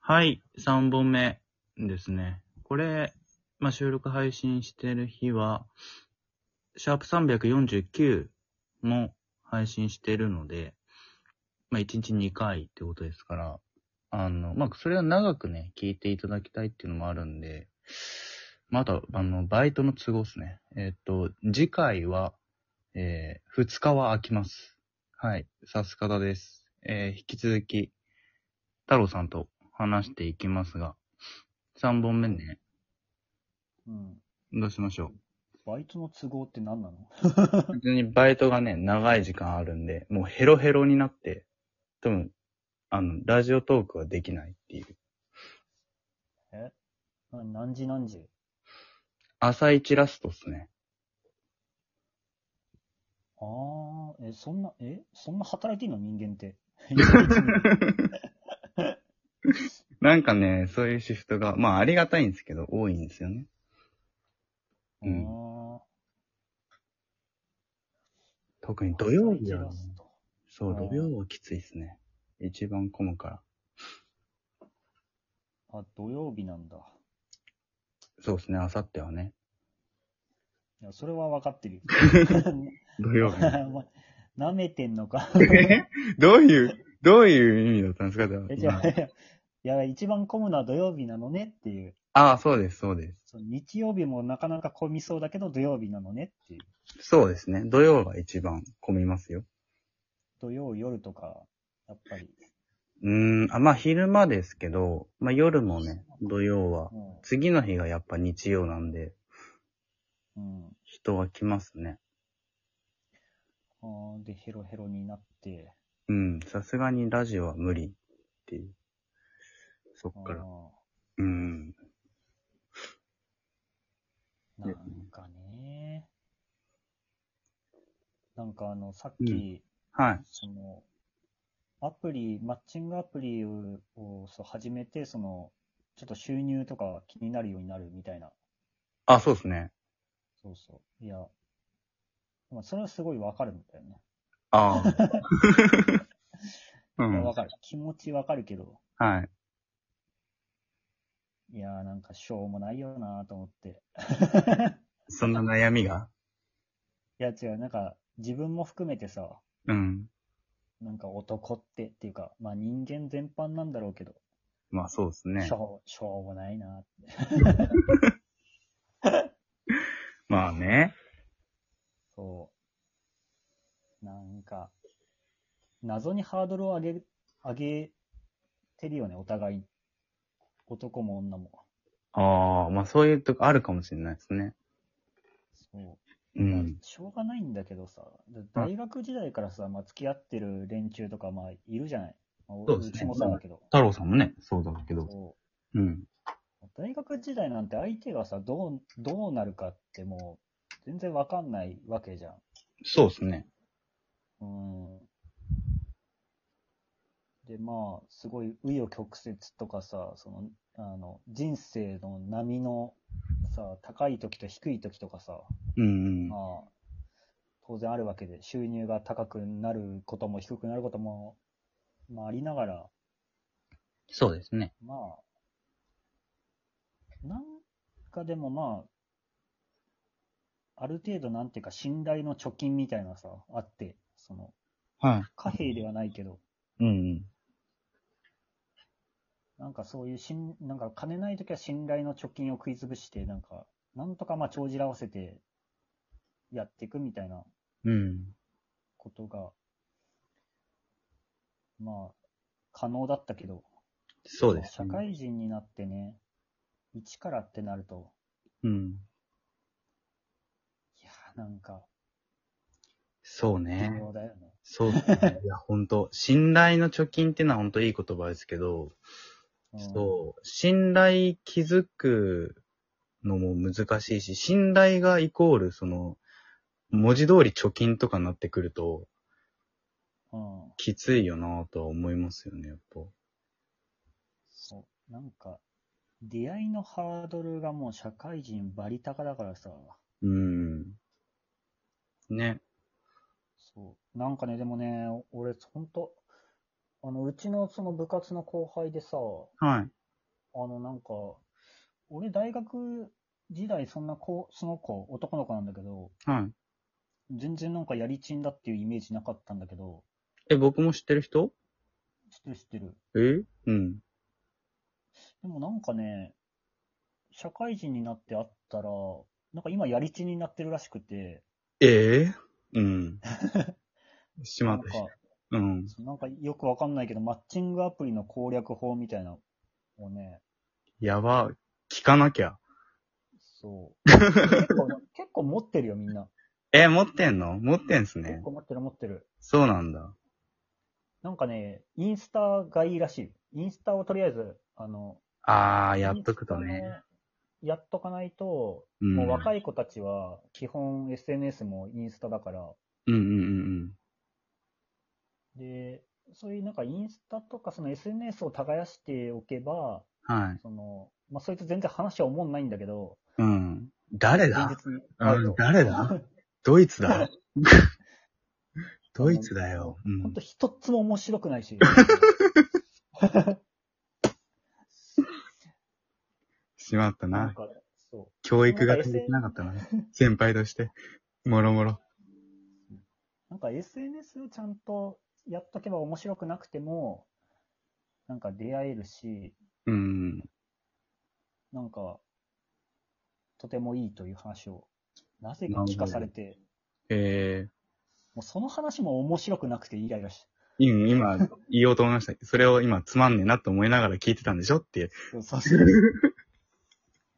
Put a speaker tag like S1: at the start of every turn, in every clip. S1: はい、3本目ですね。これ、まあ、収録配信してる日は、シャープ349も配信してるので、まあ、1日2回ってことですから、あの、まあ、それは長くね、聞いていただきたいっていうのもあるんで、まあ、あと、あの、バイトの都合ですね。えっ、と、次回は、えー、2日は空きます。はい、さす方です。えー、引き続き、太郎さんと話していきますが、3本目ね。
S2: うん。
S1: どうしましょ
S2: う。バイトの都合って何なの
S1: 普通にバイトがね、長い時間あるんで、もうヘロヘロになって、多分、あの、ラジオトークはできないっていう。
S2: え何時何時
S1: 朝一ラストっすね。
S2: ああ、え、そんな、え、そんな働いてんの人間って。。
S1: なんかね、そういうシフトが、まあありがたいんですけど、多いんですよね。うん。特に土曜日は、ね、そう、土曜はきついですね。一番混むから
S2: あ、土曜日なんだ。
S1: そうですね、あさってはね。
S2: いや、それは分 かってるよ。
S1: 土曜日。
S2: なめてんのか
S1: どういう、どういう意味だったんですか
S2: え、じゃあ、いや、一番混むのは土曜日なのねっていう。
S1: ああ、そうです、そうです。
S2: 日曜日もなかなか混みそうだけど、土曜日なのねっていう。
S1: そうですね。土曜が一番混みますよ。
S2: 土曜夜とか、やっぱり。
S1: うん、あまあ昼間ですけど、まあ夜もね、土曜は、うん、次の日がやっぱ日曜なんで、
S2: うん、
S1: 人は来ますね。
S2: あで、ヘロヘロになって。
S1: うん、さすがにラジオは無理っていう。そっから。うん。
S2: なんかね。なんかあの、さっき、
S1: うん、はい。
S2: その、アプリ、マッチングアプリをそう始めて、その、ちょっと収入とか気になるようになるみたいな。
S1: あ、そうですね。
S2: そうそう。いや、まあ、それはすごいわかるんだよね。
S1: あ あ。
S2: うん、わかる。気持ちわかるけど。
S1: はい。
S2: いやーなんかしょうもないよなーと思って。
S1: そんな悩みが
S2: いや違う、なんか自分も含めてさ。
S1: うん。
S2: なんか男ってっていうか、まあ人間全般なんだろうけど。
S1: まあそうですね。
S2: しょう、しょうもないな
S1: ーって。まあね。
S2: そう。なんか、謎にハードルを上げ、上げてるよね、お互い。男も女も。
S1: ああ、まあそういうとこあるかもしれないですね。。
S2: そう
S1: うん。
S2: しょうがないんだけどさ、大学時代からさ、まあ付き合ってる連中とか、まあいるじゃない。まあ、
S1: そうですね。
S2: ちもそうだけど。
S1: 太郎さんもね、そうだけど。そう。うん。
S2: 大学時代なんて相手がさ、どう、どうなるかってもう、全然わかんないわけじゃん。
S1: そうですね。
S2: うん。で、まあ、すごい、紆余曲折とかさ、その、あの、人生の波のさ、高い時と低い時とかさ、
S1: うんうん、
S2: まあ、当然あるわけで、収入が高くなることも低くなることも、まあ、ありながら。
S1: そうですね。
S2: まあ、なんかでもまあ、ある程度なんていうか信頼の貯金みたいなさ、あって、その、
S1: はい。
S2: 貨幣ではないけど、
S1: うん、うん。
S2: なんかそういうしん、なんか金ないときは信頼の貯金を食い潰して、なんか、なんとかまあ帳尻合わせてやっていくみたいな、
S1: うん。
S2: ことが、うん、まあ、可能だったけど、
S1: そうです、
S2: ね、社会人になってね、一からってなると。
S1: うん。
S2: いや、なんか。
S1: そうね。
S2: そうだよね。
S1: そう、ね。 いや、本当信頼の貯金ってのは本当いい言葉ですけど、うん、そう、信頼築くのも難しいし、信頼がイコール、その、文字通り貯金とかになってくると、
S2: うん、
S1: きついよなとは思いますよね、やっぱ。
S2: そう、なんか、出会いのハードルがもう社会人バリ高だからさ。
S1: うん。ね。
S2: そう。なんかね、でもね、俺、ほんと、ああの、うちのその部活の後輩でさ、
S1: はい。
S2: あの、なんか、俺大学時代そんな子、その子、男の子なんだけど、
S1: はい。
S2: 全然なんかやりちんだっていうイメージなかったんだけど、
S1: え、僕も知ってる人
S2: 知ってる知ってる。
S1: えうん。
S2: でもなんかね、社会人になって会ったら、なんか今やりちんになってるらしくて、
S1: ええ うん。しま
S2: な
S1: っ
S2: ん
S1: た
S2: か
S1: し。、うん。
S2: なんかよくわかんないけど、マッチングアプリの攻略法みたいなのをね、
S1: やば。聞かなきゃ。
S2: そう。結構な、結構持ってるよ、みんな。
S1: え、持ってんの持ってんす
S2: 結
S1: ね。
S2: 構持ってる持ってる。
S1: そうなんだ。
S2: なんかね、インスタがいいらしいよ。インスタをとりあえず、あの、
S1: あー、やっとくとね。。
S2: やっとかないと、
S1: うん。う
S2: もうん若い子たちは、基本 SNS もインスタだから、
S1: うんうん
S2: で、そういうなんかインスタとかその SNS を耕しておけば、
S1: うん。はい。
S2: その、まあ、そいつ全然話は思んないんだけど、
S1: うん。誰
S2: 現
S1: だ
S2: 実に会う
S1: うん
S2: と。
S1: 誰 だドイツ だドイツだよ。う
S2: ほ
S1: ん
S2: んと。一つも面白くな いし。
S1: しまった
S2: なん
S1: な。
S2: か、そ
S1: 教育が足りてなかったな。先輩として。もろもろ。
S2: う。なんか SNS をちゃんとやっとけば面白くなくても、なんか出会えるし、
S1: うん。
S2: なんか、とてもいいという話を、なぜか聞かされて、
S1: え
S2: もうその話も面白くなくてイライラして。
S1: ー、今、今言おうと思いました。それを今、つまんねえなと思いながら聞いてたんでしょっていう。
S2: そうそうそう。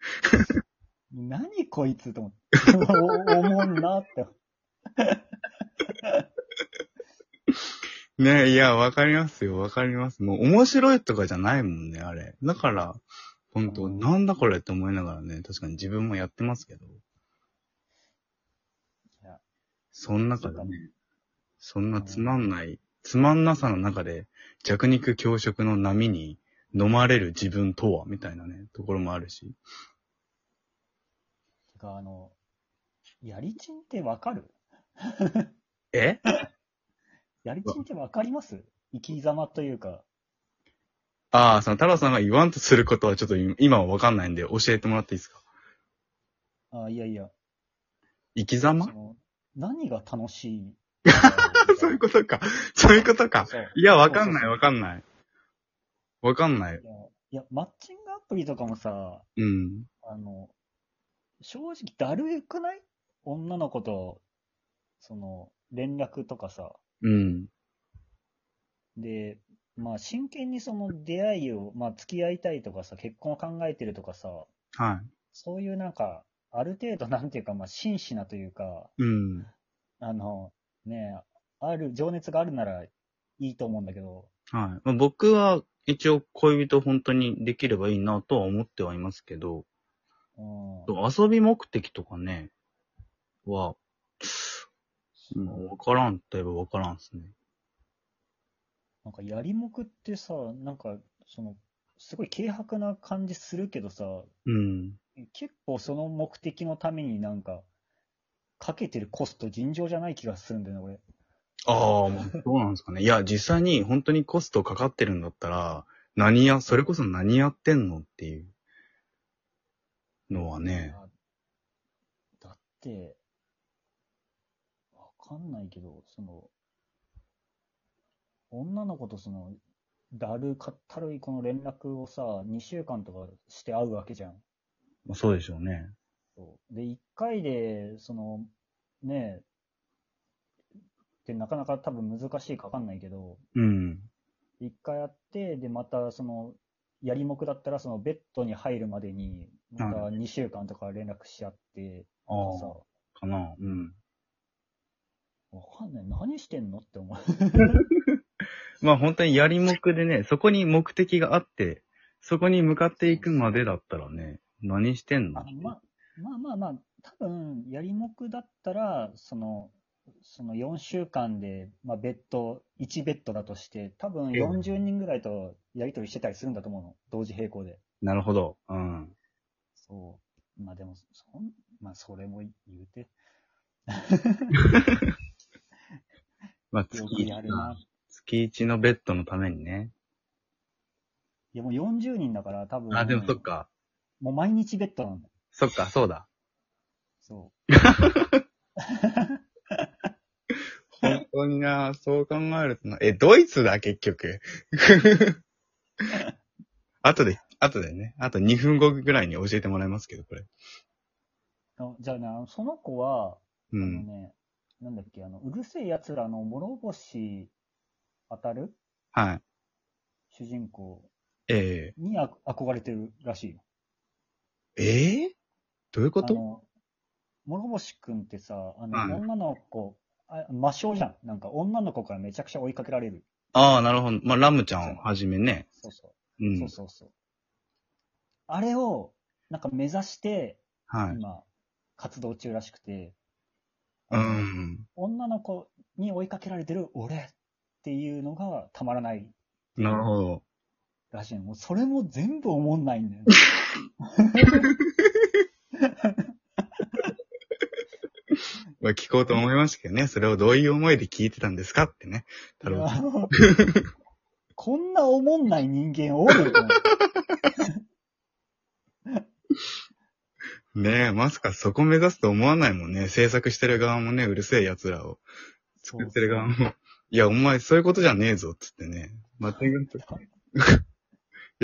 S2: 何こいつと思って。おおもんなって。
S1: ねいや、わかりますよ。わかります。もう、面白いとかじゃないもんね、あれ。だから、ほんと、
S2: うん
S1: なんだこれって思いながらね、確かに自分もやってますけど。
S2: や
S1: そん中
S2: そ
S1: で
S2: うか
S1: ね、そんなつまんない、つまんなさの中で、弱肉強食の波に飲まれる自分とは、みたいなね、ところもあるし。
S2: てか、あの、やりちんってわかる
S1: え
S2: やりちんってわかります生き様というか。
S1: ああ、その太郎さんが言わんとすることはちょっと今今はわかんないんで教えてもらっていいですか
S2: あいやいや、
S1: 生き
S2: そ
S1: 様
S2: の何が楽しい
S1: そういうことか。そういうことか。
S2: そう
S1: いや、わかんない、
S2: そう
S1: わかんない。わかんない。
S2: そうそういや、いやマッチングアプリとかもさ、
S1: うん。
S2: あの、正直だるくない女の子と、その、連絡とかさ。
S1: うん。
S2: で、まあ真剣にその出会いを、まあ付き合いたいとかさ、結婚を考えてるとかさ、
S1: は
S2: そういうなんか、ある程度なんていうか、まあ真摯なというか、
S1: い。うん。
S2: あの、ねえ、ある、情熱があるならいいと思うんだけど、
S1: はい。まあ、僕は一応恋人本当にできればいいなとは思ってはいますけど、
S2: うん。
S1: 遊び目的とかね、は、うんわからんと言えばわからんですね。
S2: なんかやりもくってさ、なんか、その、すごい軽薄な感じするけどさ、
S1: うん。
S2: 結構その目的のためになんか、かけてるコスト尋常じゃない気がするんだよね、俺。
S1: ああ、まあどうなんですかね。いや、実際に本当にコストかかってるんだったら、何や、それこそ何やってんのっていうのはね。
S2: あだって、わかんないけど、その、女の子とその、だるかったるいこの連絡をさ、2週間とかして会うわけじゃん。
S1: まあそうでしょうね。
S2: そうで、1回で、その、ねえ、ってなかなか多分難しいかわかんないけど、
S1: うん。
S2: 1回会って、で、またその、やりもくだったら、そのベッドに入るまでに、また
S1: う
S2: 2週間とか連絡し合って、
S1: あ
S2: とかさ、
S1: あ、かな。うん。
S2: わかんない。何してんのって思う。
S1: まあ本当にやりもくでね、そこに目的があって、そこに向かっていくまでだったらね、何してんの
S2: あまあまあまあまあ、多分、やりもくだったら、その、その4週間で、まあ、ベッド、1ベッドだとして、多分
S1: ええ
S2: 40人ぐらいとやりとりしてたりするんだと思うの。同時並行で。
S1: なるほど。うん。
S2: そう。まあでも、そん、まあそれも言うて、
S1: まあ
S2: よ
S1: 月
S2: くやるな。
S1: 月月一のベッドのためにね。
S2: いや、もう40人だから、多分。
S1: あ、でもそっか。
S2: もう毎日ベッドなんだよ。
S1: そっか、そうだ。
S2: そう。
S1: 本当にな、そう考えるとな。え、ドイツだ、結 局。後で、後でね。あと2分後ぐらいに教えてもらいますけど、これ。
S2: あじゃあね、あのその子は、
S1: う
S2: あの
S1: ん。
S2: ね、なんだっけ、あの、うるせえ奴らの諸星当たる
S1: はい。
S2: 主人公
S1: え
S2: にあ憧れてるらしいよ。
S1: ー、えーどういうこ
S2: あ
S1: と
S2: の、諸星くんってさ、あの、
S1: はい
S2: 女の子、あ魔性じゃん。なんか女の子からめちゃくちゃ追いかけられる。
S1: ああ、なるほど。まあ、ラムちゃんをはじめね。
S2: そうそうう。
S1: ん。
S2: そうそうそう。あれを、なんか目指して、
S1: はい。
S2: 今、活動中らしくて、
S1: う
S2: あの
S1: ん。
S2: 女の子に追いかけられてる俺っていうのがたまらない
S1: なるほど。
S2: らしいの。もうそれも全部思んないんだよね。
S1: まあ、聞こうと思いましたけどね。それをどういう思いで聞いてたんですかってね。太郎さん
S2: いや こんな思んない人間おると思って
S1: ねえ、まさかそこ目指すと思わないもんね。制作してる側もね、うるせえ奴らを。
S2: そう
S1: 作ってる側も。いや、お前そういうことじゃねえぞ、つってね。待って くれと。い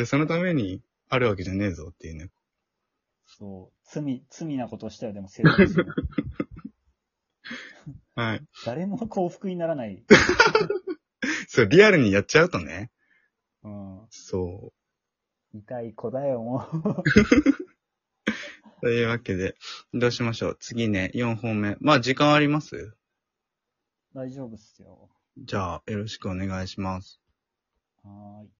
S1: や、そのためにあるわけじゃねえぞっていうね。
S2: そう。罪、罪なことしたよ、でも、成功しない
S1: はい。
S2: 誰も幸福にならない。
S1: そう、リアルにやっちゃうとね。
S2: うん。
S1: そ
S2: 痛い子だよ、もう。
S1: う。というわけで、どうしましょう。次ね、4本目。まあ、時間あります
S2: 大丈夫っすよ。
S1: じゃあ、よろしくお願いします。
S2: はーい。